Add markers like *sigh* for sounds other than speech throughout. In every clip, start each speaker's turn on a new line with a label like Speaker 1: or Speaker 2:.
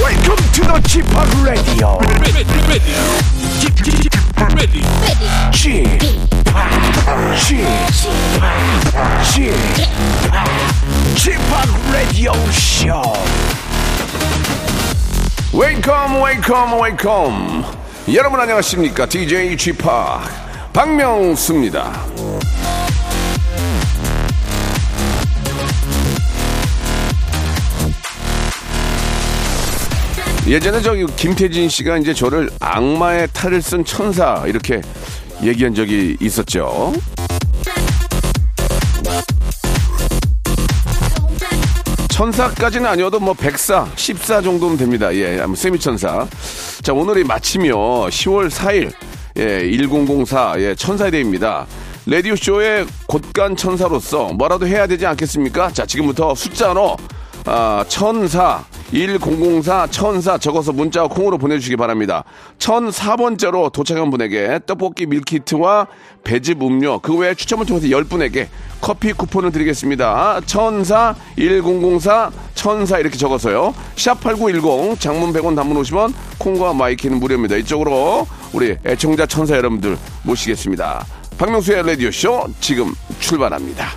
Speaker 1: welcome to the Chip Radio.
Speaker 2: ready, ready, Keep- keep- keep ready,
Speaker 1: Chip, Chip, Chip, Radio Show. Welcome, welcome, welcome. 여러분 안녕하십니까? DJ Chip 박명수입니다. 예전에 저기 김태진 씨가 이제 저를 악마의 탈을 쓴 천사 이렇게 얘기한 적이 있었죠. 천사까지는 아니어도 뭐 백사, 십사 정도는 됩니다. 예, 아무 세미 천사. 자, 오늘이 마치며 10월 4일 예, 1004 예, 천사의 대입니다. 라디오 쇼의 곳간 천사로서 뭐라도 해야 되지 않겠습니까? 자, 지금부터 숫자로 아, 천사 1004 천사 적어서 문자 콩으로 보내주시기 바랍니다. 1004번째로 도착한 분에게 떡볶이 밀키트와 배즙 음료 그 외에 추첨을 통해서 10분에게 커피 쿠폰을 드리겠습니다. 천사 1004 천사 이렇게 적어서요. 샵8910 장문 100원 단문 50원 콩과 마이키는 무료입니다. 이쪽으로 우리 애청자 천사 여러분들 모시겠습니다. 박명수의 라디오쇼 지금 출발합니다.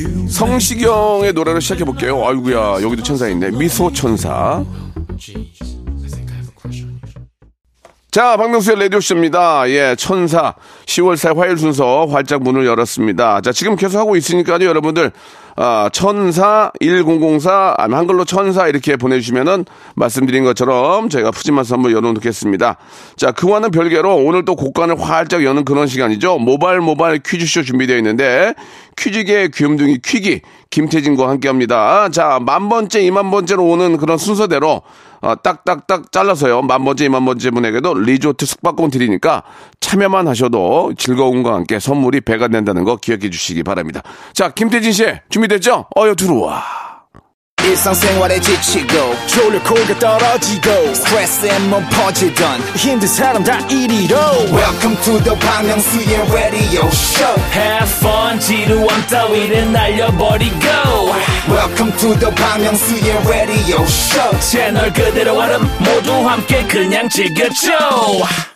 Speaker 1: 음, 성시경의 노래를 시작해 볼게요. 아이구야 여기도 천사 있네. 미소 천사. 자, 박명수의 라디오쇼입니다. 예, 천사. 10월 4일 화요일 순서 활짝 문을 열었습니다. 자, 지금 계속 하고 있으니까요, 여러분들. 아, 천사 1004, 아니, 한글로 천사 이렇게 보내주시면은 말씀드린 것처럼 저희가 푸짐한 선물 열어놓겠습니다. 자, 그와는 별개로 오늘 또 곡간을 활짝 여는 그런 시간이죠. 모발 모발 퀴즈쇼 준비되어 있는데 퀴즈계의 귀염둥이 퀴기 김태진과 함께 합니다. 자, 만 번째, 이만 번째로 오는 그런 순서대로 어, 딱딱딱 잘라서요. 만 번째, 이만 번째 분에게도 리조트 숙박권 드리니까 참여만 하셔도 즐거움과 함께 선물이 배가 된다는 거 기억해 주시기 바랍니다. 자, 김태진 씨, 준비됐죠? 어여 들어와.
Speaker 3: 일상생활에 지치고, 졸려 코가 떨어지고, 스트레스에 몸 퍼지던, 힘든 사람 다 이리로. welcome to the Bang Myung-soo's radio show
Speaker 4: Have fun 지루한 따위를 날려버리고
Speaker 3: welcome to the Bang Myung-soo's radio show
Speaker 4: 채널 그대로 얼음 모두 함께 그냥 즐겨줘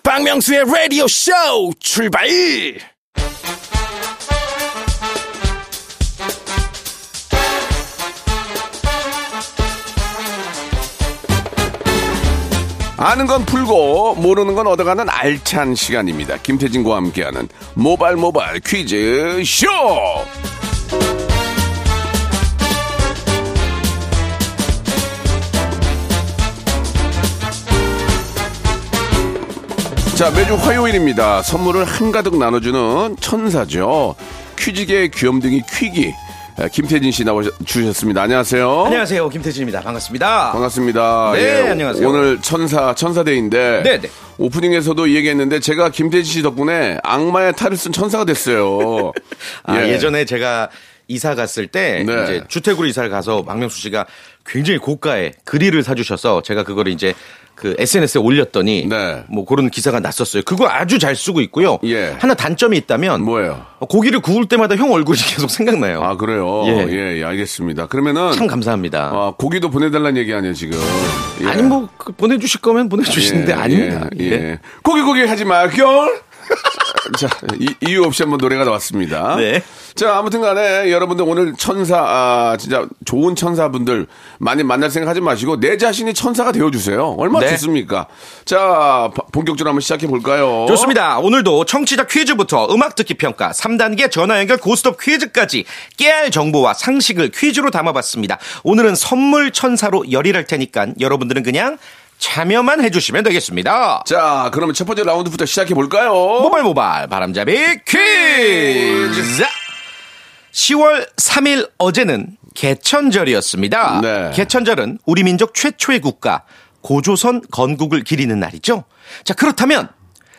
Speaker 5: 박명수의 라디오 쇼 출발!
Speaker 1: 아는 건 풀고 모르는 건 얻어가는 알찬 시간입니다. 김태진과 함께하는 모발 모발 퀴즈 쇼. 자 매주 화요일입니다. 선물을 한가득 나눠주는 천사죠. 퀴즈계 귀염둥이 퀴기 에, 김태진 씨 나와 주셨습니다. 안녕하세요.
Speaker 5: 안녕하세요 김태진입니다 반갑습니다.
Speaker 1: 반갑습니다. 예,
Speaker 5: 네, 안녕하세요.
Speaker 1: 오늘 천사 천사대인데
Speaker 5: 네, 네.
Speaker 1: 오프닝에서도 이 얘기했는데 제가 김태진 씨 덕분에 악마의 탈을 쓴 천사가 됐어요.
Speaker 5: *laughs* 아, 예. 전에 제가 이사 갔을 때
Speaker 1: 네.
Speaker 5: 이제 주택으로 이사를 가서 박명수 씨가 굉장히 고가의 그릴을 사주셔서 제가 그거를 이제 그 SNS에 올렸더니
Speaker 1: 네.
Speaker 5: 뭐 그런 기사가 났었어요. 그거 아주 잘 쓰고 있고요.
Speaker 1: 예.
Speaker 5: 하나 단점이 있다면
Speaker 1: 뭐예요?
Speaker 5: 고기를 구울 때마다 형 얼굴이 *laughs* 계속 생각나요.
Speaker 1: 아 그래요. 예,
Speaker 5: 예.
Speaker 1: 예, 알겠습니다. 그러면은
Speaker 5: 참 감사합니다.
Speaker 1: 아, 고기도 보내달라는 얘기 아니에요 지금. 예.
Speaker 5: 아니 뭐그 보내주실 거면 보내주시는데
Speaker 1: 예,
Speaker 5: 아닙니다.
Speaker 1: 예,
Speaker 5: 예.
Speaker 1: 예. 고기 고기 하지 마,
Speaker 5: *laughs*
Speaker 1: 겨울. 자, 이, 유 없이 한번 노래가 나왔습니다.
Speaker 5: 네.
Speaker 1: 자, 아무튼 간에 여러분들 오늘 천사, 아, 진짜 좋은 천사분들 많이 만날 생각 하지 마시고 내 자신이 천사가 되어주세요. 얼마나
Speaker 5: 네.
Speaker 1: 좋습니까? 자, 바- 본격적으로 한번 시작해 볼까요?
Speaker 5: 좋습니다. 오늘도 청취자 퀴즈부터 음악 듣기 평가, 3단계 전화 연결 고스톱 퀴즈까지 깨알 정보와 상식을 퀴즈로 담아봤습니다. 오늘은 선물 천사로 열일할 테니까 여러분들은 그냥 참여만 해주시면 되겠습니다.
Speaker 1: 자, 그러면 첫 번째 라운드부터 시작해 볼까요?
Speaker 5: 모발 모발 바람잡이 퀴즈. 10월 3일 어제는 개천절이었습니다.
Speaker 1: 네.
Speaker 5: 개천절은 우리 민족 최초의 국가 고조선 건국을 기리는 날이죠. 자, 그렇다면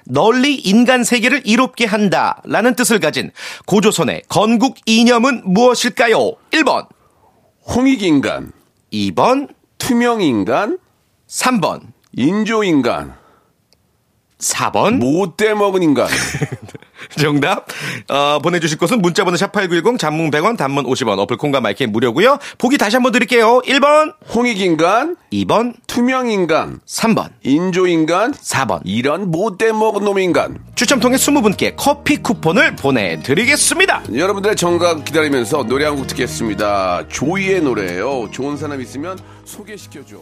Speaker 5: 널리 인간 세계를 이롭게 한다라는 뜻을 가진 고조선의 건국 이념은 무엇일까요? 1번,
Speaker 1: 홍익인간,
Speaker 5: 2번,
Speaker 1: 투명인간,
Speaker 5: 3번,
Speaker 1: 인조인간,
Speaker 5: 4번.
Speaker 1: 못돼 먹은 인간.
Speaker 5: 정답 어, 보내주실 곳은 문자번호 샵8910 단문 100원 단문 50원 어플콘과 마이크 무료고요 보기 다시 한번 드릴게요 1번
Speaker 1: 홍익인간,
Speaker 5: 2번
Speaker 1: 투명인간,
Speaker 5: 3번
Speaker 1: 인조인간,
Speaker 5: 4번
Speaker 1: 이런 못돼 먹은 놈인간.
Speaker 5: 추첨 통해 20분께 커피 쿠폰을 보내드리겠습니다
Speaker 1: 여러분들의 정각 기다리면서 노래 한 곡 듣겠습니다. 조이의 노래예요. 좋은 사람 있으면 소개시켜줘.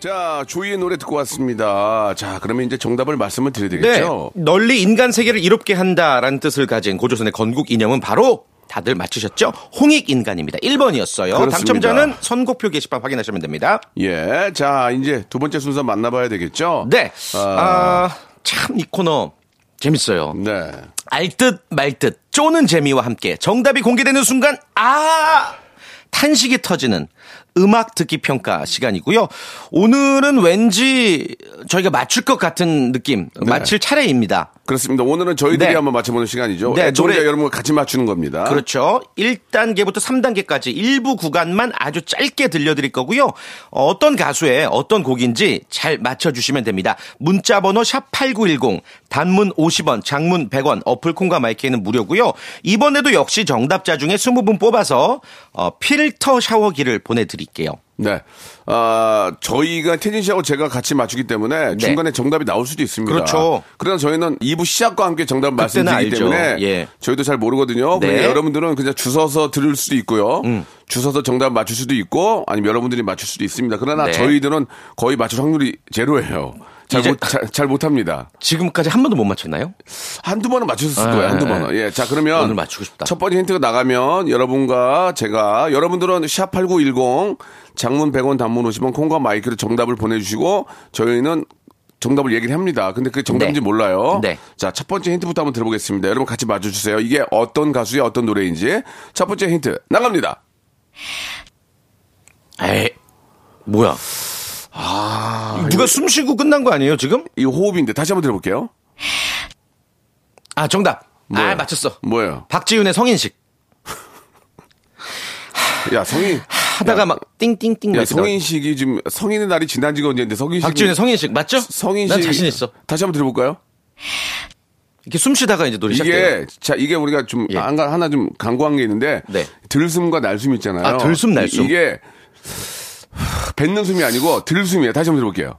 Speaker 1: 자, 조이의 노래 듣고 왔습니다. 자, 그러면 이제 정답을 말씀을 드려야
Speaker 5: 네
Speaker 1: 되겠죠?
Speaker 5: 널리 인간 세계를 이롭게 한다라는 뜻을 가진 고조선의 건국 이념은 바로 다들 맞추셨죠? 홍익인간입니다. 1번이었어요.
Speaker 1: 그렇습니다.
Speaker 5: 당첨자는 선곡표 게시판 확인하시면 됩니다.
Speaker 1: 예. 자, 이제 두 번째 순서 만나봐야 되겠죠?
Speaker 5: 네.
Speaker 1: 아.
Speaker 5: 아, 참 이 코너 재밌어요.
Speaker 1: 네.
Speaker 5: 알듯 말듯 쪼는 재미와 함께 정답이 공개되는 순간 아 탄식이 터지는 음악 듣기 평가 시간이고요. 오늘은 왠지 저희가 맞출 것 같은 느낌, 맞힐 차례입니다.
Speaker 1: 그렇습니다. 오늘은 저희들이
Speaker 5: 네.
Speaker 1: 한번 맞춰보는 시간이죠.
Speaker 5: 네,
Speaker 1: 네, 노래
Speaker 5: 노래-
Speaker 1: 여러분과 같이 맞추는 겁니다.
Speaker 5: 그렇죠. 1단계부터 3단계까지 일부 구간만 아주 짧게 들려드릴 거고요. 어, 어떤 가수의 어떤 곡인지 잘 맞춰주시면 됩니다. 문자번호 샵8910, 단문 50원, 장문 100원, 어플콘과 마이크에는 무료고요. 이번에도 역시 정답자 중에 20분 뽑아서 어, 필터 샤워기를 보내드릴게요.
Speaker 1: 네. 아, 저희가 태진 씨하고 제가 같이 맞추기 때문에 중간에 정답이 나올 수도 있습니다.
Speaker 5: 네. 그렇죠.
Speaker 1: 그러나 저희는 2부 시작과 함께 정답을
Speaker 5: 그때는
Speaker 1: 말씀드리기
Speaker 5: 알죠.
Speaker 1: 때문에
Speaker 5: 예.
Speaker 1: 저희도 잘 모르거든요.
Speaker 5: 네. 음.
Speaker 1: 그러니까 여러분들은 그냥 주서서 들을 수도 있고요. 주서서 정답 맞출 수도 있고 아니면 여러분들이 맞출 수도 있습니다. 그러나
Speaker 5: 네.
Speaker 1: 저희들은 거의 맞출 확률이 제로예요. 잘,
Speaker 5: 이제-
Speaker 1: 못, 잘, 잘 못합니다.
Speaker 5: 지금까지 한 번도 못 맞췄나요?
Speaker 1: 한두 번은 맞추셨을
Speaker 5: 아,
Speaker 1: 거예요. 한두
Speaker 5: 아,
Speaker 1: 번은.
Speaker 5: 아.
Speaker 1: 예. 자, 그러면
Speaker 5: 오늘 맞추고 싶다.
Speaker 1: 첫 번째 힌트가 나가면 여러분과 제가 여러분들은 샵8910 장문 100원 단문 50원 콩과 마이크로 정답을 보내 주시고 저희는 정답을 얘기를 합니다. 근데 그게 정답인지
Speaker 5: 네.
Speaker 1: 몰라요.
Speaker 5: 네.
Speaker 1: 자, 첫 번째 힌트부터 한번 들어보겠습니다. 여러분 같이 맞춰 주세요. 이게 어떤 가수의 어떤 노래인지. 첫 번째 힌트 나갑니다.
Speaker 5: 에이, 뭐야. 누가 숨 쉬고 끝난 거 아니에요, 지금?
Speaker 1: 이 호흡인데 다시 한번 들어볼게요.
Speaker 5: 아, 정답.
Speaker 1: 뭐야?
Speaker 5: 아, 맞췄어.
Speaker 1: 뭐예요?
Speaker 5: 박지윤의 성인식.
Speaker 1: 야, 성인
Speaker 5: 하다가 막 띵띵띵
Speaker 1: 야,
Speaker 5: 막 이렇게
Speaker 1: 성인식이 지금 성인의 날이 지난 지가 언제인데 성인식
Speaker 5: 나와. 박지윤의 성인식 맞죠?
Speaker 1: 성인식
Speaker 5: 난 자신 있어.
Speaker 1: 다시 한번 들어볼까요?
Speaker 5: 이렇게 숨 쉬다가 이제 노래 그 시작돼요.
Speaker 1: 이게 자 이게 우리가 좀
Speaker 5: 예.
Speaker 1: 안가 하나 좀 강구한 게 있는데
Speaker 5: 네.
Speaker 1: 들숨과 날숨 있잖아요.
Speaker 5: 아, 들숨, 날숨.
Speaker 1: 이- 이게 뱉는 숨이 아니고 들숨이에요. 다시 한번 들어볼게요.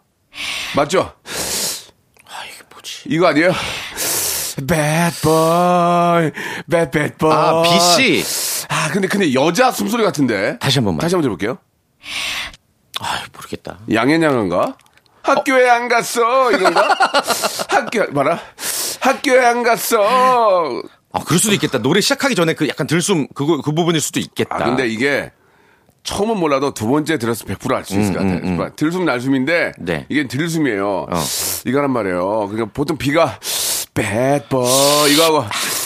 Speaker 1: 맞죠?
Speaker 5: 아, 이게 뭐지?
Speaker 1: 이거 아니에요? Bad boy, bad bad boy.
Speaker 5: 아, B 씨.
Speaker 1: 아 근데 근데 여자 숨소리 같은데.
Speaker 5: 다시 한 번만.
Speaker 1: 다시 한번 들어볼게요.
Speaker 5: 아, 모르겠다.
Speaker 1: 양현양인가? 학교에 안 갔어
Speaker 5: *laughs*
Speaker 1: 이건가? 학교 봐라. 학교에 안 갔어.
Speaker 5: 아, 그럴 수도 있겠다. 노래 시작하기 전에 그 약간 들숨 그거 그 부분일 수도 있겠다.
Speaker 1: 아, 근데 이게 처음은 몰라도 두 번째 들었을 100% 알 수 있을 것 같아요. 그러니까 들숨 날숨인데
Speaker 5: 음, 네. 어.
Speaker 1: 이게 들숨이에요. 이거란 말이에요. 그러니까 보통 비가 배버 이거하고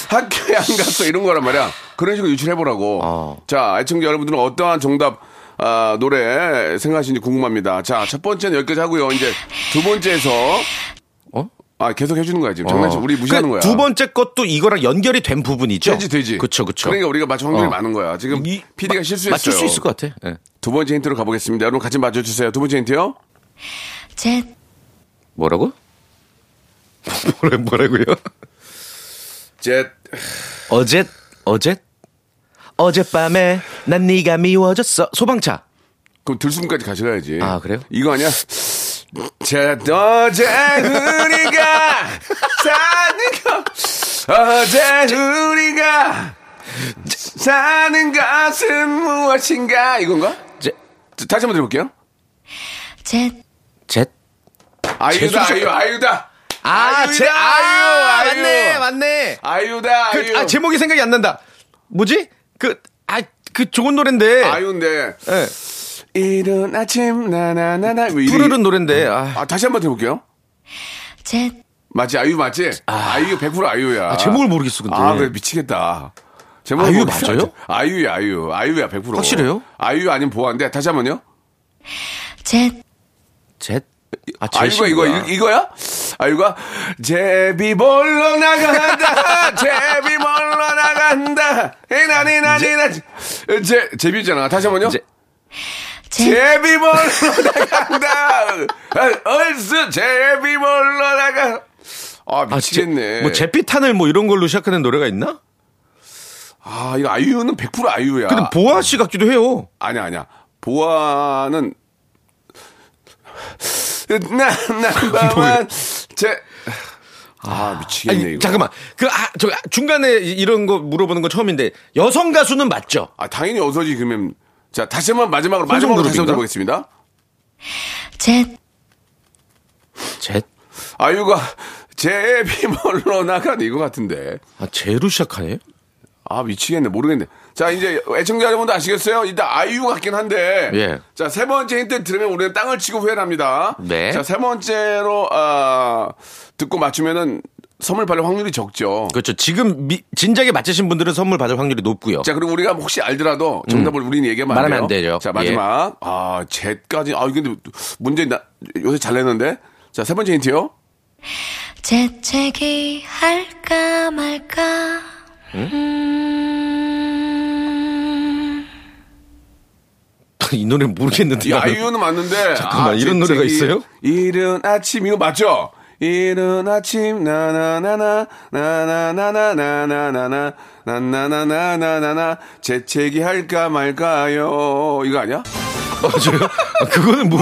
Speaker 1: 학교에 안 갔어 이런 거란 말이야. 그런 식으로 유출해보라고.
Speaker 5: 어.
Speaker 1: 자, 애청자 여러분들은 어떠한 정답 아, 노래 생각하시는지 궁금합니다. 자, 첫 번째는 여기까지 하고요. 이제 두 번째에서
Speaker 5: 어?
Speaker 1: 아, 계속 해주는 거야 지금. 장난치 우리 무시하는 거야.
Speaker 5: 그 두 번째 것도 이거랑 연결이 된 부분이죠.
Speaker 1: 되지 되지.
Speaker 5: 그쵸 그쵸.
Speaker 1: 그러니까 우리가 맞출 확률이
Speaker 5: 어.
Speaker 1: 많은 거야. 지금
Speaker 5: 이-
Speaker 1: PD가
Speaker 5: 마-
Speaker 1: 실수했어요.
Speaker 5: 맞출 수 있을 것 같아. 예.
Speaker 1: 두 번째 힌트로 가보겠습니다. 여러분 같이 맞춰주세요. 두 번째 힌트요?
Speaker 6: 제
Speaker 1: *laughs*
Speaker 5: 뭐라고? 뭐라 뭐라고요?
Speaker 1: 제
Speaker 5: 어젯 어젯 어젯밤에 난 네가 미워졌어. 소방차.
Speaker 1: 그럼 들숨까지 가셔야지.
Speaker 5: 아, 그래요?
Speaker 1: 이거 아니야? 제 어제 우리가 사는 것 어제 우리가 사는 것은 무엇인가 이건가?
Speaker 5: 제-
Speaker 1: 자, 다시 한번 들어볼게요.
Speaker 6: 제
Speaker 5: 젯
Speaker 1: 아이유다
Speaker 5: 제수-
Speaker 1: 아이유 아이유다
Speaker 5: 아,
Speaker 1: 아이유다,
Speaker 5: 제, 아,
Speaker 1: 아이유,
Speaker 5: 맞네,
Speaker 1: 아이유.
Speaker 5: 맞네.
Speaker 1: 아이유다 아이유
Speaker 5: 그, 아, 제목이 생각이 안 난다. 뭐지? 그, 아, 그 좋은 노랜데.
Speaker 1: 아이유인데
Speaker 5: 예.
Speaker 1: 이른 아침 나나나나 뭐
Speaker 5: 부르는 노랜데. 아,
Speaker 1: 아 다시 한번 들어볼게요.
Speaker 6: 제
Speaker 1: 맞지 아이유 맞지? 아. 이유 100% 아이유야.
Speaker 5: 아, 제목을 모르겠어, 근데.
Speaker 1: 아 그래 미치겠다. 제목을
Speaker 5: 아이유
Speaker 1: 모르겠어.
Speaker 5: 맞아요?
Speaker 1: 아이유야 아이유 아이유야 100%
Speaker 5: 확실해요?
Speaker 1: 아이유 아니면 보아인데 다시 한번요.
Speaker 6: 제
Speaker 5: 제, 아, 제
Speaker 1: 아이유가 이거
Speaker 5: 신부야.
Speaker 1: 이- 이거야? 아이유가 제비 몰러
Speaker 5: *laughs*
Speaker 1: 나간다 제비 몰러 나간다 이나니나니나 제 제비잖아 다시 한번요.
Speaker 5: 제-
Speaker 6: 제
Speaker 1: 제비 아, 몰러 나간다 얼스 제비 몰러 나가 아,
Speaker 5: 아, 제-
Speaker 1: 미치겠네. 아,
Speaker 5: 뭐 제피탄을 뭐 이런 걸로 시작하는 노래가 있나?
Speaker 1: 이거 아이유는 100% 아이유야.
Speaker 5: 근데 보아 씨 같기도 해요.
Speaker 1: 아니야, 아니야. 보아는 나나만 제. 아 미치겠네
Speaker 5: 아니,
Speaker 1: 이거.
Speaker 5: 잠깐만. 그 아, 저 중간에 이- 이런 거 물어보는 건 처음인데 여성 가수는 맞죠?
Speaker 1: 아 당연히 어서지 그러면 자 다시 한번 마지막으로 마지막으로 다시 한번
Speaker 5: 그룹인가?
Speaker 1: 해보겠습니다.
Speaker 6: 제,
Speaker 5: 제
Speaker 1: 아이유가 제비멀로 *laughs* 나간 이거 같은데.
Speaker 5: 아, 제로 시작하네요.
Speaker 1: 아 미치겠네 모르겠네. 자 이제 애청자 여러분도 아시겠어요? 일단 아이유 같긴 한데.
Speaker 5: 예.
Speaker 1: 자세 번째 힌트 들으면 우리는 땅을 치고 후회를 합니다.
Speaker 5: 네.
Speaker 1: 자세 번째로 아 듣고 맞추면은 선물 받을 확률이 적죠.
Speaker 5: 그렇죠. 지금 미- 진작에 맞히신 분들은 선물 받을 확률이 높고요.
Speaker 1: 자, 그리고 우리가 혹시 알더라도 정답을 우리는 얘기하면 안 돼요.
Speaker 5: 음. 말하면 안 되죠. 예.
Speaker 1: 자, 마지막. 아, 쟤까지. 아, 근데 문제 나, 요새 잘 내는데. 자, 세 번째 힌트요.
Speaker 6: 재채기 할까 말까. 음,
Speaker 5: *laughs* 이 노래 모르겠는데.
Speaker 1: 이
Speaker 5: 나는.
Speaker 1: 아이유는 맞는데.
Speaker 5: 잠깐만,
Speaker 1: 아,
Speaker 5: 이런
Speaker 1: 쟤-
Speaker 5: 노래가
Speaker 1: 쟤기.
Speaker 5: 있어요?
Speaker 1: 이른 아침, 이거 맞죠? 이른 아침, 나나나나, 나나나나나나나나, 나나나나나나나, 재채기 할까 말까요. 이거 아니야?
Speaker 5: 아, 저요? 아, 그거는 뭐,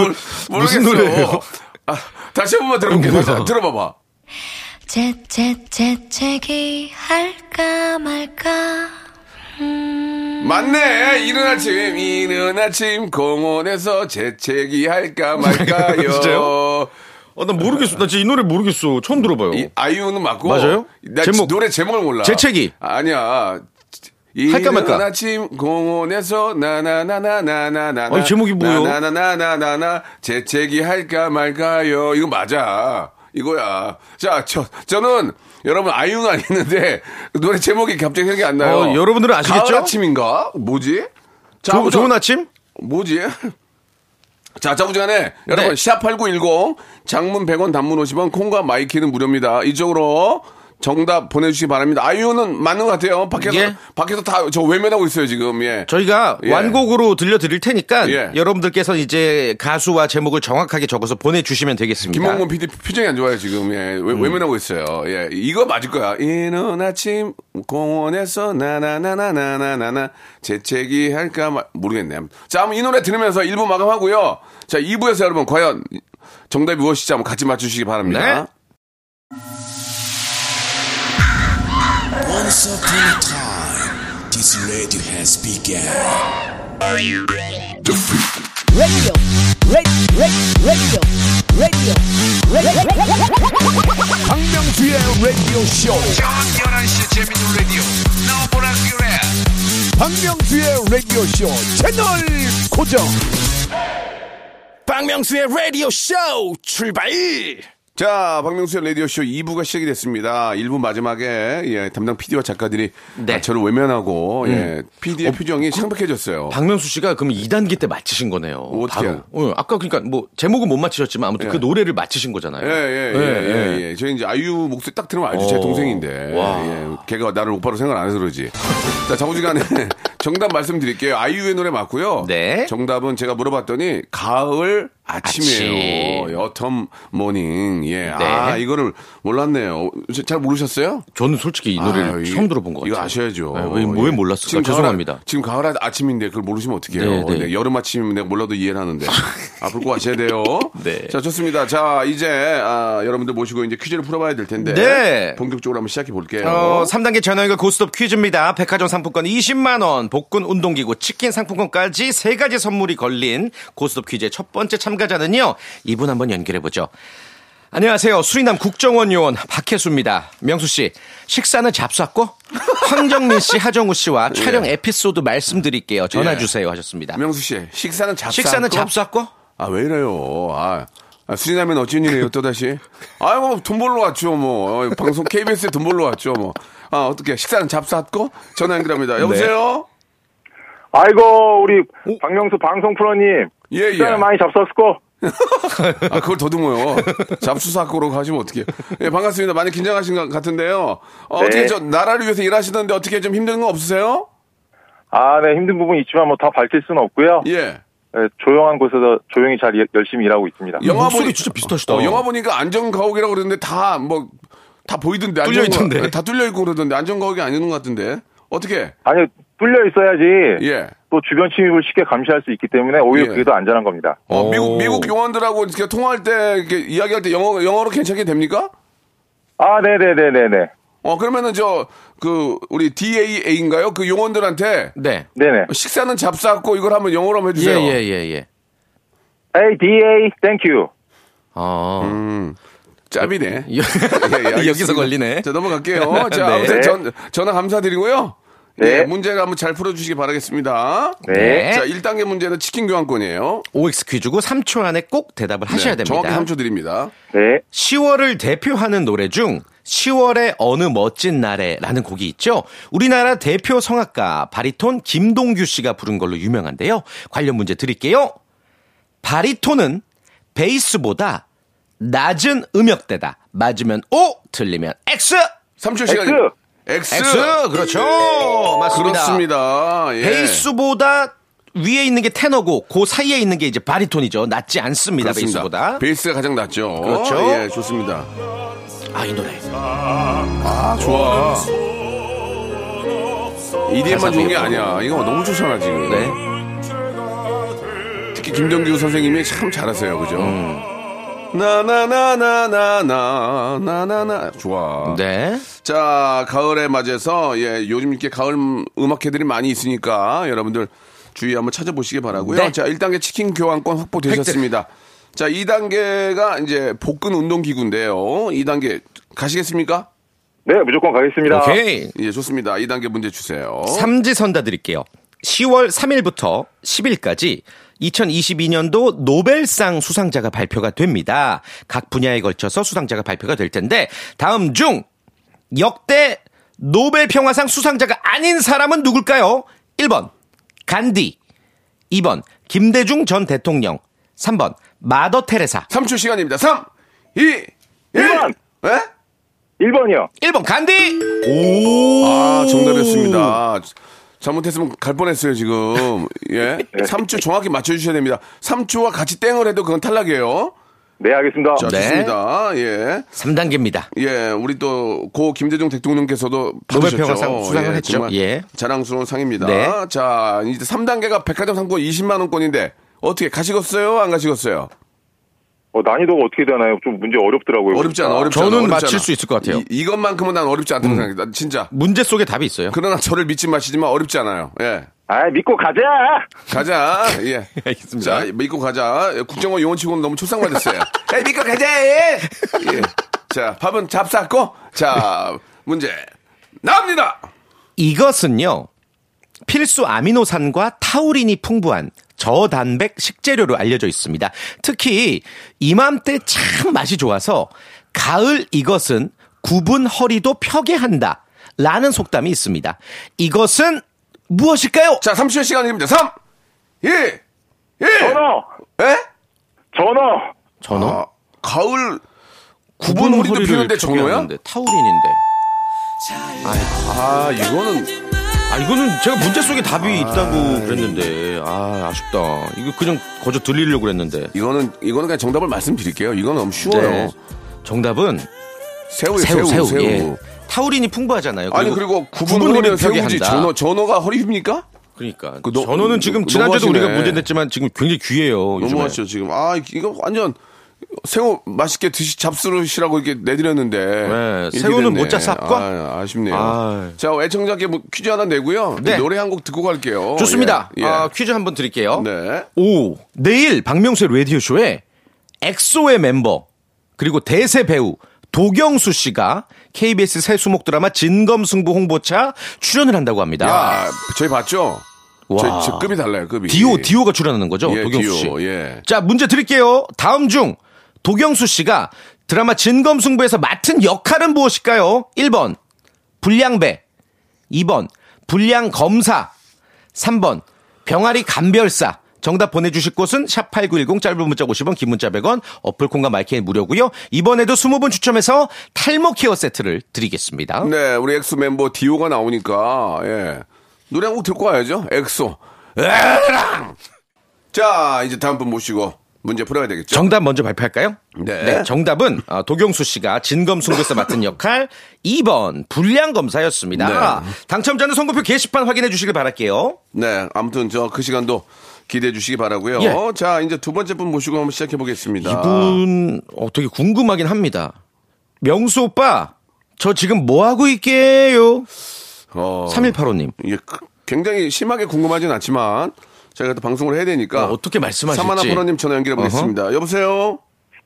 Speaker 5: 무슨
Speaker 1: 모르겠어.
Speaker 5: 노래예요?
Speaker 1: 아, 다시 한 번만 들어볼게요.
Speaker 5: 모르겠어.
Speaker 1: 들어봐봐.
Speaker 6: 재, 재, 재채기 할까 말까. 음.
Speaker 1: 맞네. 이른 아침, 이른 아침 공원에서 재채기
Speaker 5: *laughs*
Speaker 1: 할까 말까요?
Speaker 5: 네, 진짜요? 아, 나 모르겠어. 나 진짜 이 노래 모르겠어. 처음 들어봐요.
Speaker 1: 이 아이유는 맞고
Speaker 5: 맞아요?
Speaker 1: 나
Speaker 5: 제목.
Speaker 1: 노래 제목을 몰라.
Speaker 5: 재채기.
Speaker 1: 아니야. 이른
Speaker 5: 할까 말까?
Speaker 1: 아침 공원에서 나나나나나나나.
Speaker 5: 아니, 제목이 뭐예요?
Speaker 1: 나나나나나나나 재채기 할까 말까요? 이거 맞아. 이거야. 자, 저 저는 여러분 아이유는 아니는데 노래 제목이 갑자기 생각이 안 나요.
Speaker 5: 어, 여러분들은 아시겠죠?
Speaker 1: 가을 아침인가? 뭐지? 자,
Speaker 5: 조-
Speaker 1: 한번 더-
Speaker 5: 좋은 아침?
Speaker 1: 뭐지? *laughs* 자, 자부지간에 여러분
Speaker 5: 네.
Speaker 1: 샵8910 장문 100원 단문 50원 콩과 마이키는 무료입니다. 이쪽으로 정답 보내 주시기 바랍니다. 아이유는 맞는 것 같아요. 밖에서
Speaker 5: 예.
Speaker 1: 밖에서 다 저 외면하고 있어요, 지금. 예.
Speaker 5: 저희가
Speaker 1: 예.
Speaker 5: 완곡으로 들려드릴 테니까
Speaker 1: 예.
Speaker 5: 여러분들께서 이제 가수와 제목을 정확하게 적어서 보내주시면 되겠습니다.
Speaker 1: 김홍문 PD 표정이 안 좋아요 지금 예
Speaker 5: 음.
Speaker 1: 외, 면하고 있어요 예 이거 맞을 거야 이른 아침 공원에서 나나나나나나나 재채기 할까 말 모르겠네 자 한번 이 노래 들으면서 1부 마감하고요 자 2부에서 여러분 과연 정답이 무엇인지 한번 같이 맞추시기
Speaker 5: 네.
Speaker 1: 바랍니다
Speaker 7: Once upon a time, this radio has begun.
Speaker 8: radio, radio, radio, radio, radio,
Speaker 7: 박명수의 라디오 쇼. 박명수의 라디오 쇼 채널 고정. 박명수의 라디오 쇼 출발.
Speaker 1: 자 박명수의 라디오쇼 2부가 시작이 됐습니다 1부 마지막에 예 담당 PD와 작가들이
Speaker 5: 네. 음. 어, 그
Speaker 1: 아, 저를 외면하고 예 PD의 표정이 창백해졌어요
Speaker 5: 박명수 씨가 그럼 2단계 때 맞히신 거네요.
Speaker 1: 어떻게?
Speaker 5: 바로. 어, 아까 그러니까 뭐 제목은 못 맞히셨지만 아무튼 그 노래를 맞히신
Speaker 1: 예,
Speaker 5: 거잖아요.
Speaker 1: 예, 예, 예, 예. 저희 이제 아이유 목소리 딱 들으면 알죠. 제
Speaker 5: 네, 어.
Speaker 1: 동생인데.
Speaker 5: 와.
Speaker 1: 예. 걔가 나를 오빠로 생각 안 해서 그러지. 자, 자우지간에 *laughs* 정답 말씀드릴게요. 아이유의 노래 맞고요.
Speaker 5: 네.
Speaker 1: 정답은 제가 물어봤더니 가을 아침이에요.
Speaker 5: 아침. 네.
Speaker 1: 여텀 모닝. 예. 아, 이거를 몰랐네요. 잘 모르셨어요?
Speaker 5: 저는 솔직히 이 노래를
Speaker 1: 아유, 이게-
Speaker 5: 처음 들어본 것 같아요.
Speaker 1: 이거 아셔야죠.
Speaker 5: 네, 왜, 왜
Speaker 1: 예.
Speaker 5: 몰랐을까?
Speaker 1: 지금 가을 아-
Speaker 5: 죄송합니다.
Speaker 1: 지금 가을 아- 아침인데 그걸 모르시면 어떡해요.
Speaker 5: 네, 네.
Speaker 1: 네, 여름 아침이면 내가 몰라도 이해를
Speaker 5: *laughs*
Speaker 1: 하는데. 앞으로 꼭 아셔야 돼요.
Speaker 5: 네.
Speaker 1: 자, 좋습니다. 자, 이제 아, 여러분들 모시고 이제 퀴즈를 풀어봐야 될 텐데.
Speaker 5: 네.
Speaker 1: 본격적으로 한번 시작해 볼게요.
Speaker 5: 어, 3단계 전화연결 고스톱 퀴즈입니다. 백화점 상품권 20만원, 복근 운동기구, 치킨 상품권까지 세 가지 선물이 걸린 고스톱 퀴즈의 첫 번째 참가자는요. 이분 한번 연결해보죠. 안녕하세요. 수리남 국정원 요원 박혜수입니다. 명수 씨, 식사는
Speaker 1: *laughs*
Speaker 5: 잡수았고? 황정민 씨, 하정우 씨와 촬영 에피소드 말씀드릴게요.
Speaker 1: 예.
Speaker 5: 전화 주세요 하셨습니다.
Speaker 1: 명수 씨, 식사는 잡수.
Speaker 5: 식사는 잡수았고?
Speaker 1: 아, 왜 이래요? 아. 아, 수진하면 어쩐 일이에요,
Speaker 5: *laughs*
Speaker 1: 또다시? 아이고, 돈 벌러 왔죠, 뭐. 어, 방송 KBS에 돈 벌러 왔죠, 뭐. 아, 어떻게, 식사는 잡수했고? 전화
Speaker 5: 네.
Speaker 1: 연결합니다. 여보세요?
Speaker 9: 아이고 우리 박명수 방송 프로님
Speaker 1: 예, 예.
Speaker 9: 시간을 많이 잡섰고
Speaker 1: 아, 그걸 더듬어요. 잡수사고로 가시면 어떡해요. 예, 반갑습니다. 많이 긴장하신 것 같은데요. 어,
Speaker 9: 네.
Speaker 1: 떻게저 나라를 위해서 일하시는데 어떻게 좀 힘든 거 없으세요?
Speaker 9: 아 네 힘든 부분 있지만 뭐 다 밝힐 수는 없고요
Speaker 1: 예.
Speaker 9: 네, 조용한 곳에서 조용히 잘 일- 열심히 일하고 있습니다
Speaker 1: 영화
Speaker 5: 목소리
Speaker 1: 보니-
Speaker 5: 진짜 비슷하시다.
Speaker 1: 어, 영화 보니까 안정가옥이라고 그러는데 다 뭐 다 보이던데
Speaker 5: 뚫려
Speaker 1: 안전거-
Speaker 5: 있던데.
Speaker 1: 다 뚫려 있고 그러던데 안전거리 아니는 것 같은데 어떻게
Speaker 9: 아니 뚫려 있어야지
Speaker 1: 예.
Speaker 9: 또 주변 침입을 쉽게 감시할 수 있기 때문에 오히려
Speaker 1: 예.
Speaker 9: 그게 더 안전한 겁니다.
Speaker 1: 어, 미국
Speaker 5: 오.
Speaker 1: 미국 요원들하고 이렇게 통화할 때 이렇게 이야기할 때 영어 영어로 괜찮게 됩니까?
Speaker 9: 아, 네네네네네.
Speaker 1: 어 그러면은 저 그 우리 DAA인가요? 그 요원들한테
Speaker 5: 네.
Speaker 1: 어,
Speaker 9: 네네.
Speaker 1: 식사는 잡쌌고 이걸 한번 영어로 한번
Speaker 5: 예,
Speaker 1: 해주세요.
Speaker 5: 예, 예, 예.
Speaker 9: Hey, DA, thank you.
Speaker 5: 어.
Speaker 1: 음.
Speaker 5: *laughs*
Speaker 1: 짭이네. 예,
Speaker 5: 여-
Speaker 1: 알겠습니다.
Speaker 5: *laughs* 여기서 걸리네.
Speaker 1: 자 넘어갈게요. 자
Speaker 5: *laughs* 네.
Speaker 1: 아무튼 전 전화 감사드리고요.
Speaker 9: 네.
Speaker 1: 예, 문제가 한번 잘 풀어주시기 바라겠습니다.
Speaker 9: 네.
Speaker 1: 자 1단계 문제는 치킨 교환권이에요.
Speaker 5: OX 퀴즈고 3초 안에 꼭 대답을 하셔야
Speaker 1: 네, 정확히
Speaker 5: 됩니다.
Speaker 1: 3초 드립니다.
Speaker 9: 네.
Speaker 5: 10월을 대표하는 노래 중 10월의 어느 멋진 날에라는 곡이 있죠. 우리나라 대표 성악가 바리톤 김동규 씨가 부른 걸로 유명한데요. 관련 문제 드릴게요. 바리톤은 베이스보다 낮은 음역대다. 맞으면 O, 틀리면 X.
Speaker 1: 3초 시간.
Speaker 5: X 그렇죠. 맞습니다.
Speaker 1: 그렇습니다. 예.
Speaker 5: 베이스보다 위에 있는 게 테너고 그 사이에 있는 게 이제 바리톤이죠. 낮지 않습니다.
Speaker 1: 그렇습니다.
Speaker 5: 베이스보다.
Speaker 1: 베이스가 가장 낫죠.
Speaker 5: 그렇죠.
Speaker 1: 예, 좋습니다.
Speaker 5: 아, 이 노래.
Speaker 1: 아, 좋아. EDM만 좋은 게 아니야. 이거 너무 좋잖아, 지금.
Speaker 5: 네.
Speaker 1: 특히 김정규 선생님이 참 잘하세요. 그죠?
Speaker 5: 음.
Speaker 1: 나나나나나나 나나나 좋아.
Speaker 5: 네.
Speaker 1: 자, 가을에 맞아서 예, 요즘 이렇게 가을 음악회들이 많이 있으니까 여러분들 주의 한번 찾아보시기 바라고요.
Speaker 5: 네.
Speaker 1: 자, 1단계 치킨 교환권 확보되셨습니다. 자, 2단계가 이제 복근 운동 기구인데요. 2단계 가시겠습니까?
Speaker 9: 네, 무조건 가겠습니다.
Speaker 5: 오케이.
Speaker 1: 예, 좋습니다. 2단계 문제 주세요.
Speaker 5: 삼지선다 드릴게요. 10월 3일부터 10일까지 2022년도 노벨상 수상자가 발표가 됩니다. 각 분야에 걸쳐서 수상자가 발표가 될 텐데 다음 중 역대 노벨 평화상 수상자가 아닌 사람은 누굴까요? 1번 간디 2번 김대중 전 대통령 3번 마더 테레사
Speaker 1: 3초 시간입니다. 3, 2, 1.
Speaker 9: 번.
Speaker 1: 예?
Speaker 9: 1번이요.
Speaker 5: 1번 간디 오
Speaker 1: 아, 정답이었습니다. 잘못했으면 갈 뻔했어요, 지금.
Speaker 5: *laughs*
Speaker 1: 예. 3초 정확히 맞춰주셔야 됩니다. 3초와 같이 땡을 해도 그건 탈락이에요.
Speaker 9: 네, 알겠습니다.
Speaker 1: 자,
Speaker 5: 네.
Speaker 1: 좋습니다. 예.
Speaker 5: 3단계입니다.
Speaker 1: 예, 우리 또 고 김대중 대통령께서도 받으셨죠.
Speaker 5: 노벨평화상 수상을 했죠.
Speaker 1: 정말
Speaker 5: 예.
Speaker 1: 자랑스러운 상입니다.
Speaker 5: 네.
Speaker 1: 자, 이제 3단계가 백화점 상권 20만 원권인데 어떻게 가시겠어요? 안 가시겠어요?
Speaker 9: 어, 난이도가 어떻게 되나요? 좀 문제 어렵더라고요.
Speaker 1: 어렵지 않아. 어렵지 않아.
Speaker 5: 저는
Speaker 1: 어렵지
Speaker 5: 맞힐
Speaker 1: 않아.
Speaker 5: 수 있을 것 같아요. 음.
Speaker 1: 이, 것만큼은난 어렵지 않다고 생각합니다. 진짜.
Speaker 5: 문제 속에 답이 있어요.
Speaker 1: 그러나 저를 믿지 마시지만 어렵지 않아요. 예.
Speaker 9: 아, 믿고 가자!
Speaker 1: 가자. 예.
Speaker 5: *laughs* 알겠습니다.
Speaker 1: 자, 믿고 가자. 예, 국정원 요원치고는 너무
Speaker 5: *laughs*
Speaker 1: 초상받았어요. 예, 믿고 가자. 예. 예. 자, 밥은 잡쌌고 자, 문제 나옵니다.
Speaker 5: 이것은요 필수 아미노산과 타우린이 풍부한 저단백 식재료로 알려져 있습니다. 특히 이맘때 참 맛이 좋아서 가을 이것은 굽은 허리도 펴게 한다 라는 속담이 있습니다. 이것은 무엇일까요?
Speaker 1: 자, 30초 시간입니다. 3, 2, 1.
Speaker 9: 전어!
Speaker 1: 예?
Speaker 9: 전어!
Speaker 5: 전어.
Speaker 1: 아, 가을 구분 허리도 피는데
Speaker 5: 펴게
Speaker 1: 전어야?
Speaker 5: 하는데 타우린인데.
Speaker 1: 아, 이거는
Speaker 5: 아 이거는 제가 문제 속에 답이 있다고 그랬는데 아 아쉽다. 이거 그냥 거저 들리려고 그랬는데.
Speaker 1: 이거는 이거는 그냥 정답을 말씀드릴게요. 이건 너무 쉬워요.
Speaker 5: 네. 정답은
Speaker 1: 새우,
Speaker 5: 새우,
Speaker 1: 새우,
Speaker 5: 새우,
Speaker 1: 새우.
Speaker 5: 예. 타우린이 풍부하잖아요.
Speaker 1: 아니 그리고 구분
Speaker 5: 구분
Speaker 1: 허리는
Speaker 5: 허리를 펴게
Speaker 1: 새우지
Speaker 5: 한다.
Speaker 1: 전어 전어가 허리입니까?
Speaker 5: 그러니까
Speaker 1: 그 너-
Speaker 5: 전어는 지금
Speaker 1: 너-
Speaker 5: 지난주에도
Speaker 1: 너무하시네. 예.
Speaker 5: 우리가 문제 냈지만 지금 굉장히 귀해요. 요즘에.
Speaker 1: 너무하죠 지금. 아 이거 완전 새우 맛있게 드시 잡수시라고 이렇게 내드렸는데 이렇게
Speaker 5: 새우는
Speaker 1: 됐네.
Speaker 5: 못 잡쌌고?
Speaker 1: 아, 아쉽네요.
Speaker 5: 아유.
Speaker 1: 자 애청자께 뭐 퀴즈 하나 내고요.
Speaker 5: 네.
Speaker 1: 노래 한 곡 듣고 갈게요.
Speaker 5: 좋습니다.
Speaker 1: 예, 예.
Speaker 5: 아, 퀴즈 한번 드릴게요.
Speaker 1: 네.
Speaker 5: 오 내일 박명수의 라디오 쇼에 엑소의 멤버 그리고 대세 배우 도경수 씨가 KBS 새 수목 드라마 진검승부 홍보차 출연을 한다고 합니다.
Speaker 1: 야 아, 저희 봤죠?
Speaker 5: 와.
Speaker 1: 저, 저 급이 달라요 급이.
Speaker 5: 디오 디오가 출연하는 거죠
Speaker 1: 예,
Speaker 5: 도경수 씨.
Speaker 1: 디오, 예.
Speaker 5: 자 문제 드릴게요. 다음 중 도경수 씨가 드라마 진검승부에서 맡은 역할은 무엇일까요? 1번 불량배, 2번 불량 검사, 3번 병아리 간별사. 정답 보내주실 곳은 샵8910 짧은 문자 50원 긴 문자 100원 어플 콩과 마이크는 무료고요. 이번에도 20분 추첨해서 탈모 케어 세트를 드리겠습니다.
Speaker 1: 네, 우리 엑소 멤버 디오가 나오니까 예. 노래 한 곡 듣고 와야죠. 엑소. 에랑. 자, 이제 다음 분 모시고 문제 풀어야 되겠죠.
Speaker 5: 정답 먼저 발표할까요?
Speaker 1: 네.
Speaker 5: 정답은 어, 도경수 씨가 진검승부에서 맡은 역할 2번 불량검사였습니다. 당첨자는 선거표 게시판 확인해 주시길 바랄게요.
Speaker 1: 네, 아무튼 저 그 시간도 기대해 주시기 바라고요.
Speaker 5: 예.
Speaker 1: 자, 이제 두 번째 분 모시고 한번 시작해 보겠습니다.
Speaker 5: 이분 어, 되게 궁금하긴 합니다. 명수 오빠 저 지금 뭐 하고 있게요?
Speaker 1: 어,
Speaker 5: 3185님
Speaker 1: 이게 크- 굉장히 심하게 궁금하진 않지만 저희가 또 방송을 해야 되니까
Speaker 5: 어, 어떻게 말씀하실지.
Speaker 1: 사마나 프로님 전화 연결해 보겠습니다. 여보세요.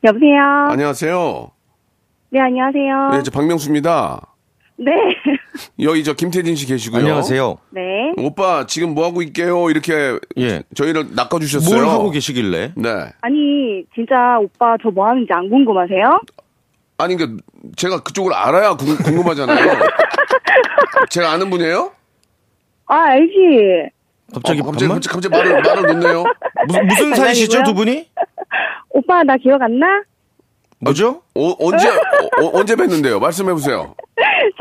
Speaker 10: 여보세요.
Speaker 1: 안녕하세요.
Speaker 10: 네 안녕하세요.
Speaker 1: 네, 저 박명수입니다.
Speaker 10: 네. *laughs*
Speaker 1: 여기 저 김태진 씨 계시고요.
Speaker 5: 안녕하세요.
Speaker 10: 네.
Speaker 1: 오빠 지금 뭐 하고 있게요? 이렇게
Speaker 5: 예.
Speaker 1: 저희를 낚아 주셨어요.
Speaker 5: 뭘 하고 계시길래?
Speaker 1: 네.
Speaker 10: 아니 진짜 오빠 저 뭐 하는지 안 궁금하세요?
Speaker 1: 아니 그러니까 제가 그쪽을 알아야 궁, 금하잖아요
Speaker 5: *laughs*
Speaker 1: 제가 아는 분이에요?
Speaker 10: 아 알지.
Speaker 5: 갑자기
Speaker 1: 어, 갑자기,
Speaker 5: 반말?
Speaker 1: 갑자기 말을 말을 놓네요.
Speaker 5: 무슨, 무슨 사이시죠
Speaker 10: 장난이고요.
Speaker 5: 두 분이?
Speaker 10: 오빠 나 기억 안 나? *laughs*
Speaker 5: 뭐죠?
Speaker 1: 어, 언제 어, 어, 언제 뵀는데요? 말씀해 보세요.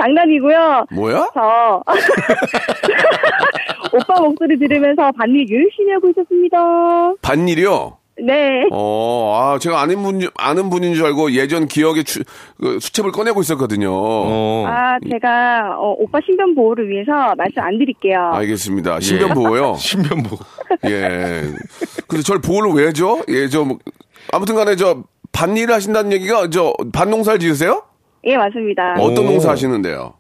Speaker 10: 장난이고요.
Speaker 1: 뭐야?
Speaker 10: 저 *laughs* 오빠 목소리 들으면서 반일 열심히 하고 있었습니다.
Speaker 1: 반일이요?
Speaker 10: 네.
Speaker 1: 어, 아, 제가 아는 분, 아는 분인 줄 알고 예전 기억의 추, 그 수첩을 꺼내고 있었거든요.
Speaker 5: 어.
Speaker 10: 아 제가 어, 오빠 신변 보호를 위해서 말씀 안 드릴게요.
Speaker 5: 예.
Speaker 1: 알겠습니다. 아, 신변보호요?
Speaker 5: 신변보.
Speaker 1: 예. 근데 절 보호를 왜 해줘? 예, 저, 뭐, 아무튼 간에 저, 반일을 하신다는 얘기가 저, 반농사를 지으세요?
Speaker 10: 예 맞습니다.
Speaker 5: 어.
Speaker 1: 어떤
Speaker 5: 오.
Speaker 1: 농사 하시는데요?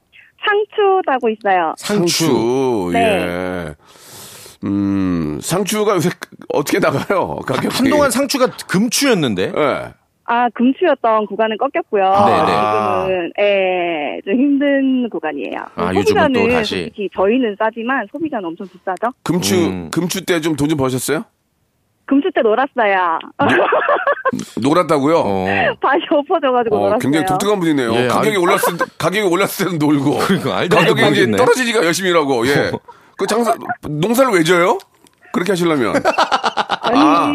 Speaker 10: 상추 따고 있어요.
Speaker 5: 상추.
Speaker 1: 예. 음, 상추가 요새 어떻게 나가요? 가격이.
Speaker 5: 한동안 상추가 금추였는데.
Speaker 1: 예.
Speaker 10: 아 금추였던 구간은 꺾였고요.
Speaker 5: 아,
Speaker 10: 지금은 예좀 힘든 구간이에요.
Speaker 5: 아, 요즘은
Speaker 10: 소비자는
Speaker 5: 또 다시.
Speaker 10: 솔직히 저희는 싸지만 소비자는 엄청 비싸죠.
Speaker 1: 금추,
Speaker 5: 음.
Speaker 1: 금추 때 좀 돈 좀 버셨어요?
Speaker 10: 금추 때 놀았어요.
Speaker 1: 놀았다고요?
Speaker 5: *laughs* 어.
Speaker 10: *laughs* 다시 엎어져가지고
Speaker 1: 어,
Speaker 10: 놀았어요.
Speaker 1: 굉장히 독특한 분이네요.
Speaker 5: 예,
Speaker 1: 가격이
Speaker 5: 아니-
Speaker 1: 올랐을 때, *laughs* 가격이 올랐을 때는 놀고
Speaker 5: 그러니까, 알다 알다
Speaker 1: 가격이 이제
Speaker 5: 모르겠네.
Speaker 1: 떨어지니까 열심히 일하고 예. 그 장사 농사를 왜 져요? 그렇게 하시려면
Speaker 10: 아니, 아,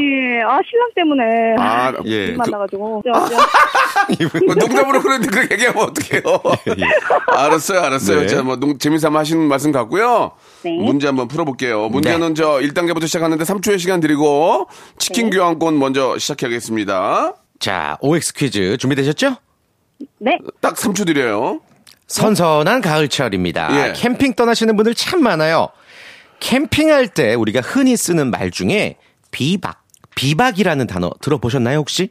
Speaker 10: 신랑 때문에
Speaker 1: 아,
Speaker 10: *laughs*
Speaker 5: 예.
Speaker 10: 일 만나가지고 저, 저,
Speaker 1: 뭐 농담으로 그랬는데 그렇게 얘기하면 어떡해요?
Speaker 5: *laughs*
Speaker 1: 알았어요, 알았어요.
Speaker 5: 예, 네.
Speaker 1: 자, 뭐 농, 재미삼아 하시는 말씀 같고요.
Speaker 10: 네.
Speaker 1: 문제 한번
Speaker 5: 네.
Speaker 1: 풀어볼게요. 문제는 저 1단계부터 시작하는데 3초의 시간 드리고 치킨
Speaker 10: 네.
Speaker 1: 교환권 먼저 시작하겠습니다.
Speaker 5: 자, OX 퀴즈 준비되셨죠?
Speaker 10: 네,
Speaker 1: 딱 3초 드려요.
Speaker 5: 선선한 가을철입니다.
Speaker 1: 예.
Speaker 5: 캠핑 떠나시는 분들 참 많아요. 캠핑할 때 우리가 흔히 쓰는 말 중에 비박, 비박이라는 단어 들어보셨나요, 혹시?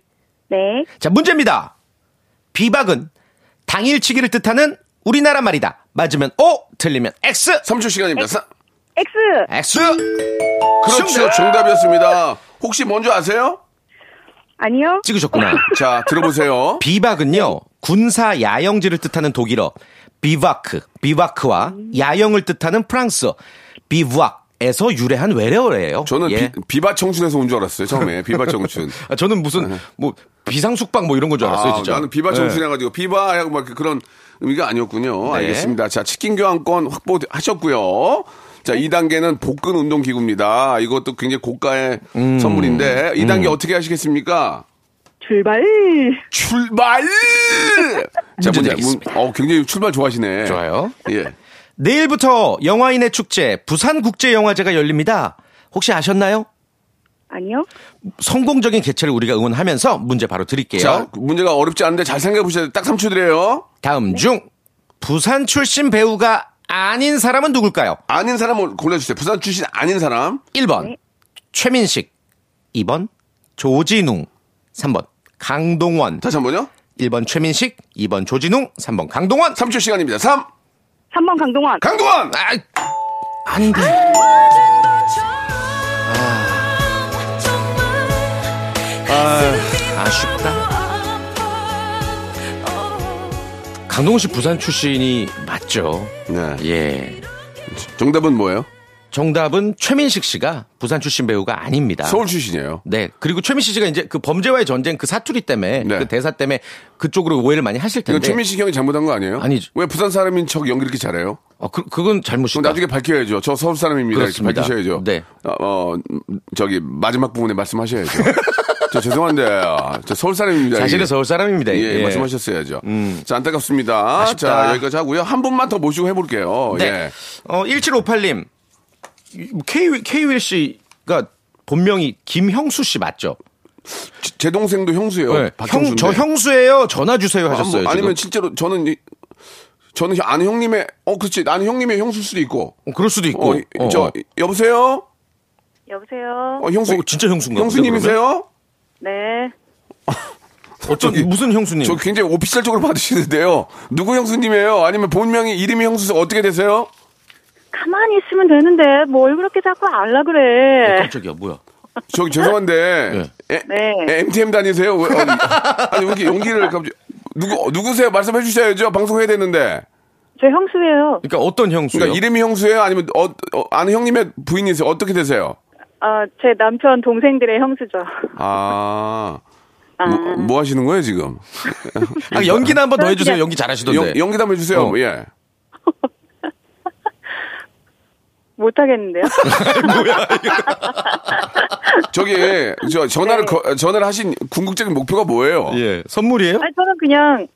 Speaker 10: 네.
Speaker 5: 자, 문제입니다. 비박은 당일치기를 뜻하는 우리나라 말이다. 맞으면 O, 틀리면 X.
Speaker 1: 3초 시간입니다.
Speaker 10: 네.
Speaker 1: 사-
Speaker 10: X
Speaker 5: X.
Speaker 1: 그렇죠. 정답이었습니다. 혹시 뭔지 아세요?
Speaker 10: 아니요.
Speaker 5: 찍으셨구나.
Speaker 1: 자, 들어보세요.
Speaker 5: 비박은요 군사 야영지를 뜻하는 독일어 비바크 비바크와 야영을 뜻하는 프랑스어 비부악에서 유래한 외래어예요.
Speaker 1: 저는
Speaker 5: 예.
Speaker 1: 비, 바 청춘에서 온 줄 알았어요. 처음에 비바 청춘.
Speaker 5: 아, 저는 무슨 뭐 비상숙박 뭐 이런 건 줄 *laughs* 알았어요
Speaker 1: 네. 아,
Speaker 5: 진짜.
Speaker 1: 나는 비바 청춘
Speaker 5: 예.
Speaker 1: 해가지고 비바 하고 막 그런 의미가 아니었군요.
Speaker 5: 네.
Speaker 1: 알겠습니다. 자, 치킨 교환권 확보하셨고요. 자, 2단계는 복근 운동 기구입니다. 이것도 굉장히 고가의
Speaker 5: 음.
Speaker 1: 선물인데 2단계 어떻게 하시겠습니까?
Speaker 10: 출발.
Speaker 1: 출발! 자, 문제.
Speaker 5: 문제
Speaker 1: 문,
Speaker 5: 드리겠습니다.
Speaker 1: 어, 굉장히 출발 좋아하시네.
Speaker 5: 좋아요.
Speaker 1: 예.
Speaker 5: 내일부터 영화인의 축제 부산국제영화제가 열립니다. 혹시 아셨나요?
Speaker 10: 아니요.
Speaker 5: 성공적인 개최를 우리가 응원하면서 문제 바로 드릴게요.
Speaker 1: 자, 문제가 어렵지 않은데 잘 생각해 보셔야 돼요. 딱 3초 드려요.
Speaker 5: 다음 중 부산 출신 배우가 아닌 사람은 누굴까요?
Speaker 1: 아닌 사람을 골라주세요. 부산 출신 아닌 사람.
Speaker 5: 1번 최민식 2번 조진웅 3번 강동원
Speaker 1: 다시 한 번요.
Speaker 5: 1번 최민식 2번 조진웅 3번 강동원
Speaker 1: 3초 시간입니다. 3,
Speaker 10: 3번 강동원.
Speaker 1: 강동원!
Speaker 5: 아, 아닌데 아. 아, 아쉽다 강동원 씨 부산 출신이 맞죠
Speaker 1: 네.
Speaker 5: 예
Speaker 1: 정답은 뭐예요?
Speaker 5: 정답은 최민식 씨가 부산 출신 배우가 아닙니다
Speaker 1: 서울 출신이에요.
Speaker 5: 네. 그리고 최민식 씨가 이제 그 범죄와의 전쟁 그 사투리 때문에
Speaker 1: 네.
Speaker 5: 그 대사 때문에 그쪽으로 오해를 많이 하실
Speaker 1: 이거
Speaker 5: 텐데.
Speaker 1: 최민식 형이 잘못한 거 아니에요?
Speaker 5: 아니죠.
Speaker 1: 왜 부산 사람인 척 연기 이렇게 잘해요?
Speaker 5: 어, 그, 그건 잘못이다.
Speaker 1: 그럼 나중에 밝혀야죠. 저 서울 사람입니다.
Speaker 5: 그렇습니다.
Speaker 1: 이렇게 밝히셔야죠.
Speaker 5: 네.
Speaker 1: 어, 어, 저기 마지막 부분에 말씀하셔야죠. *laughs* 저 죄송한데 저 서울 사람입니다.
Speaker 5: 사실은
Speaker 1: 이게.
Speaker 5: 서울 사람입니다.
Speaker 1: 예,
Speaker 5: 예. 음.
Speaker 1: 말씀하셨어야죠. 자, 안타깝습니다.
Speaker 5: 아쉽다.
Speaker 1: 자, 여기까지 하고요. 한 분만 더 모시고 해볼게요.
Speaker 5: 네.
Speaker 1: 예.
Speaker 5: 어, 1758님. K, KWL 씨가 본명이 김형수 씨 맞죠?
Speaker 1: 제- 제 동생도 형수예요. 어, 박형수인데.
Speaker 5: 네. 형저 형수예요. 전화 주세요
Speaker 1: 아,
Speaker 5: 하셨어요.
Speaker 1: 뭐, 아니면
Speaker 5: 지금.
Speaker 1: 실제로 저는 이- 저는 아는 형님의 어 그렇지 나는 형님의 형수일 수도 있고
Speaker 5: 어, 그럴 수도 있고.
Speaker 1: 어, 이- 저 여보세요
Speaker 10: 여보세요.
Speaker 1: 어, 형수
Speaker 5: 어, 진짜 형수인가 보다,
Speaker 1: 형수님이세요
Speaker 10: 네.
Speaker 5: 어쩐
Speaker 1: 저기-
Speaker 5: 무슨 형수님?
Speaker 1: 저 굉장히 오피셜적으로 *laughs* 받으시는데요 누구 형수님이에요 아니면 본명이 이름이 형수세요 어떻게 되세요
Speaker 10: 가만히 있으면 되는데 뭘 그렇게 자꾸 알라 그래.
Speaker 5: 어, 깜짝이야 뭐야?
Speaker 1: 저기 죄송한데 에-
Speaker 10: 네.
Speaker 1: 에- MTM 다니세요 왜- 어, 아니 왜 이렇게 용기를 갑자기 누구 누구세요 말씀해 주셔야죠 방송해야 되는데
Speaker 10: 저 형수예요.
Speaker 5: 그러니까 어떤 형수요?
Speaker 1: 그러니까 이름이 형수예요 아니면 어, 어, 아는 형님의 부인이세요 어떻게 되세요
Speaker 10: 아, 제 남편 동생들의 형수죠. *laughs*
Speaker 1: 아 뭐, 뭐 하시는 거예요 지금?
Speaker 5: 아, 연기나 한번 더 해주세요.
Speaker 10: 그냥-
Speaker 5: 연기 잘하시던데.
Speaker 1: 연, 연기 담해 주세요.
Speaker 5: 어.
Speaker 1: 예.
Speaker 5: *laughs*
Speaker 10: 못하겠는데요.
Speaker 1: 저기 저 전화를 거- 전화를 하신 궁극적인 목표가 뭐예요?
Speaker 5: 예, 선물이에요?
Speaker 10: 아니, 저는 그냥,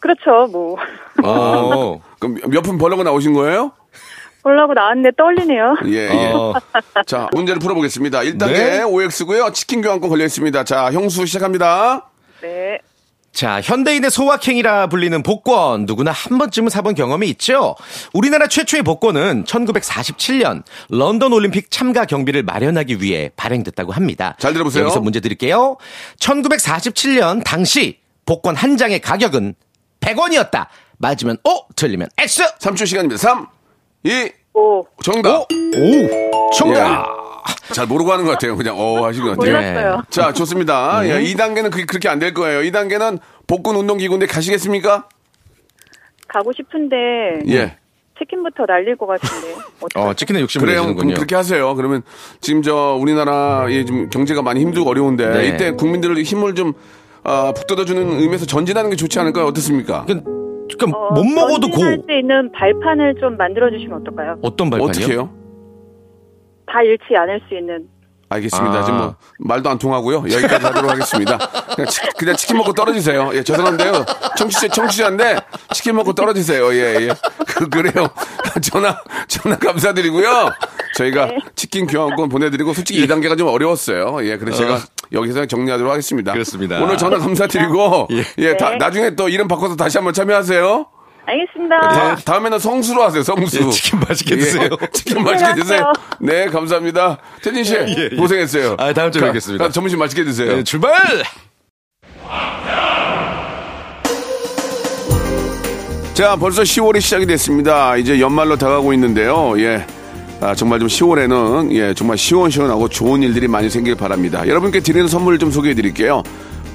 Speaker 10: 그렇죠, 뭐.
Speaker 5: 어.
Speaker 1: 그럼 몇 푼 벌려고 나오신 거예요?
Speaker 10: 보려고 나왔는데 떨리네요.
Speaker 1: 예, 예.
Speaker 5: 어.
Speaker 1: 자, 문제를 풀어보겠습니다. 1단계
Speaker 5: 네.
Speaker 1: OX고요. 치킨 교환권 걸려 있습니다. 자, 형수 시작합니다.
Speaker 10: 네.
Speaker 5: 자, 현대인의 소확행이라 불리는 복권 누구나 한 번쯤은 사본 경험이 있죠. 우리나라 최초의 복권은 1947년 런던 올림픽 참가 경비를 마련하기 위해 발행됐다고 합니다.
Speaker 1: 잘 들어보세요.
Speaker 5: 여기서 문제 드릴게요. 1947년 당시 복권 한 장의 가격은 100원이었다. 맞으면 O, 틀리면 X.
Speaker 1: 3초 시간입니다. 3, 2,
Speaker 10: 오.
Speaker 1: 정답.
Speaker 5: 오, 정답.
Speaker 1: 잘 모르고 하는 것 같아요. 그냥 어 하신 것 같아요.
Speaker 10: 몰랐어요. 네.
Speaker 1: 자, 좋습니다. 예, 2단계는 그, 그렇게 안 될 거예요. 2단계는 복근 운동기구인데 가시겠습니까?
Speaker 10: 가고 싶은데,
Speaker 1: 예.
Speaker 10: 치킨부터 날릴 것 같은데. 어떡하지?
Speaker 5: 어, 치킨에 욕심을
Speaker 1: 그래요. 그럼
Speaker 5: 내시는군요.
Speaker 1: 그렇게 하세요. 그러면 지금 저 우리나라의 지금 경제가 많이 힘들고 어려운데
Speaker 5: 네.
Speaker 1: 이때 국민들을 힘을 좀 아, 북돋아주는 의미에서 전진하는 게 좋지 않을까요? 어떻습니까?
Speaker 5: 그러니까, 그러니까
Speaker 10: 어,
Speaker 5: 못 먹어도 고.
Speaker 10: 전진할 수 있는 발판을 좀 만들어주시면 어떨까요?
Speaker 5: 어떤 발판이요?
Speaker 1: 어떻게 해요?
Speaker 10: 다 잃지 않을 수 있는.
Speaker 1: 알겠습니다.
Speaker 5: 아.
Speaker 1: 지금 뭐 말도 안 통하고요. 여기까지 하도록 하겠습니다. 그냥, 치, 킨 먹고 떨어지세요. 예, 죄송한데요. 청취자 청취자인데 치킨 먹고 떨어지세요. 예, 예. 그, 그래요. *laughs* 전화 전화 감사드리고요. 저희가 치킨 교환권 보내드리고 솔직히
Speaker 5: 예.
Speaker 1: 이 2단계가 좀 어려웠어요. 예, 그래서 제가 여기서 정리하도록 하겠습니다.
Speaker 5: 그렇습니다.
Speaker 1: 오늘 전화 감사드리고 예, 다-
Speaker 10: 네.
Speaker 1: 나중에 또 이름 바꿔서 다시 한번 참여하세요.
Speaker 10: 알겠습니다.
Speaker 1: 다, 다음에는 성수로 하세요. 성수.
Speaker 5: 네. 예, *laughs* 치킨
Speaker 1: *laughs*
Speaker 5: 맛있게 드세요.
Speaker 1: 치킨 맛있게 드세요.
Speaker 10: 하세요.
Speaker 1: 어, 네, 감사합니다. 태진 씨
Speaker 5: 예.
Speaker 1: 고생했어요.
Speaker 5: 아, 다음 주에
Speaker 1: 가-
Speaker 5: 뵙겠습니다.
Speaker 1: 가- 점심 맛있게 드세요.
Speaker 5: 네, 출발!
Speaker 1: 자, 벌써 10월이 시작이 됐습니다. 이제 연말로 다가오고 있는데요. 예. 아, 정말 좀 10월에는 예, 정말 시원시원하고 좋은 일들이 많이 생길 바랍니다. 여러분께 드리는 선물을 좀 소개해 드릴게요.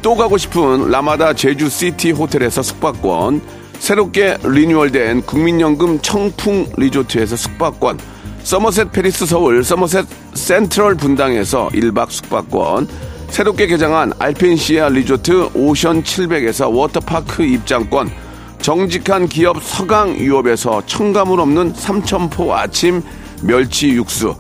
Speaker 1: 또 가고 싶은 라마다 제주 시티 호텔에서 숙박권, 새롭게 리뉴얼된 국민연금 청풍 리조트에서 숙박권, 서머셋 페리스 서울 서머셋 센트럴 분당에서 1박 숙박권, 새롭게 개장한 알펜시아 리조트 오션 700에서 워터파크 입장권, 정직한 기업 서강유업에서 첨가물 없는 삼천포 아침 멸치 육수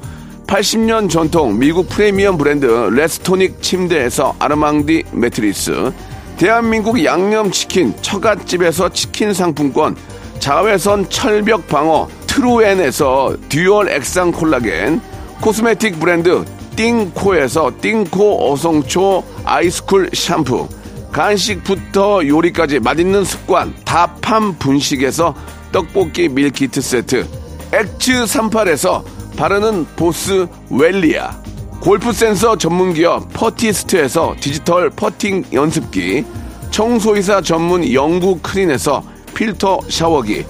Speaker 1: 80년 전통 미국 프리미엄 브랜드 레스토닉 침대에서 아르망디 매트리스 대한민국 양념치킨 처갓집에서 치킨 상품권 자외선 철벽 방어 트루엔에서 듀얼 액상 콜라겐 코스메틱 브랜드 띵코에서 띵코 어성초 아이스쿨 샴푸 간식부터 요리까지 맛있는 습관 다팜 분식에서 떡볶이 밀키트 세트 엑츠 38에서 바르는 보스 웰리아 골프 센서 전문 기업 퍼티스트에서 디지털 퍼팅 연습기 청소이사 전문 영구 크린에서 필터 샤워기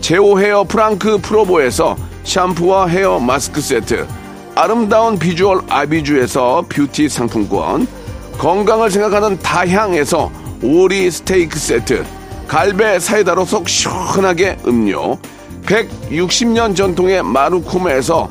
Speaker 1: 제오 헤어 프랑크 프로보에서 샴푸와 헤어 마스크 세트 아름다운 비주얼 아비주에서 뷰티 상품권 건강을 생각하는 다향에서 오리 스테이크 세트 갈배 사이다로 속 시원하게 음료 160년 전통의 마루코메에서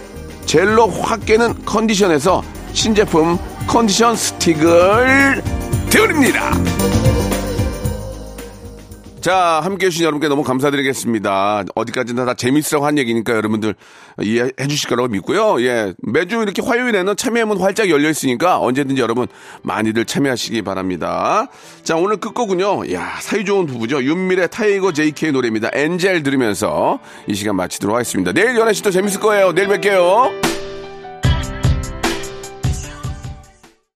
Speaker 1: 젤로 확 깨는 컨디션에서 신제품 컨디션 스틱을 드립니다. 자, 함께 해주신 여러분께 너무 감사드리겠습니다. 어디까지나 다 재밌으라고 한 얘기니까 여러분들 이해해 주실 거라고 믿고요. 예. 매주 이렇게 화요일에는 참여문 활짝 열려 있으니까 언제든지 여러분 많이들 참여하시기 바랍니다. 자, 오늘 끝곡은요. 야 사이좋은 부부죠. 윤미래 타이거 JK의 노래입니다. 엔젤 들으면서 이 시간 마치도록 하겠습니다. 내일 11시 또 재밌을 거예요. 내일 뵐게요.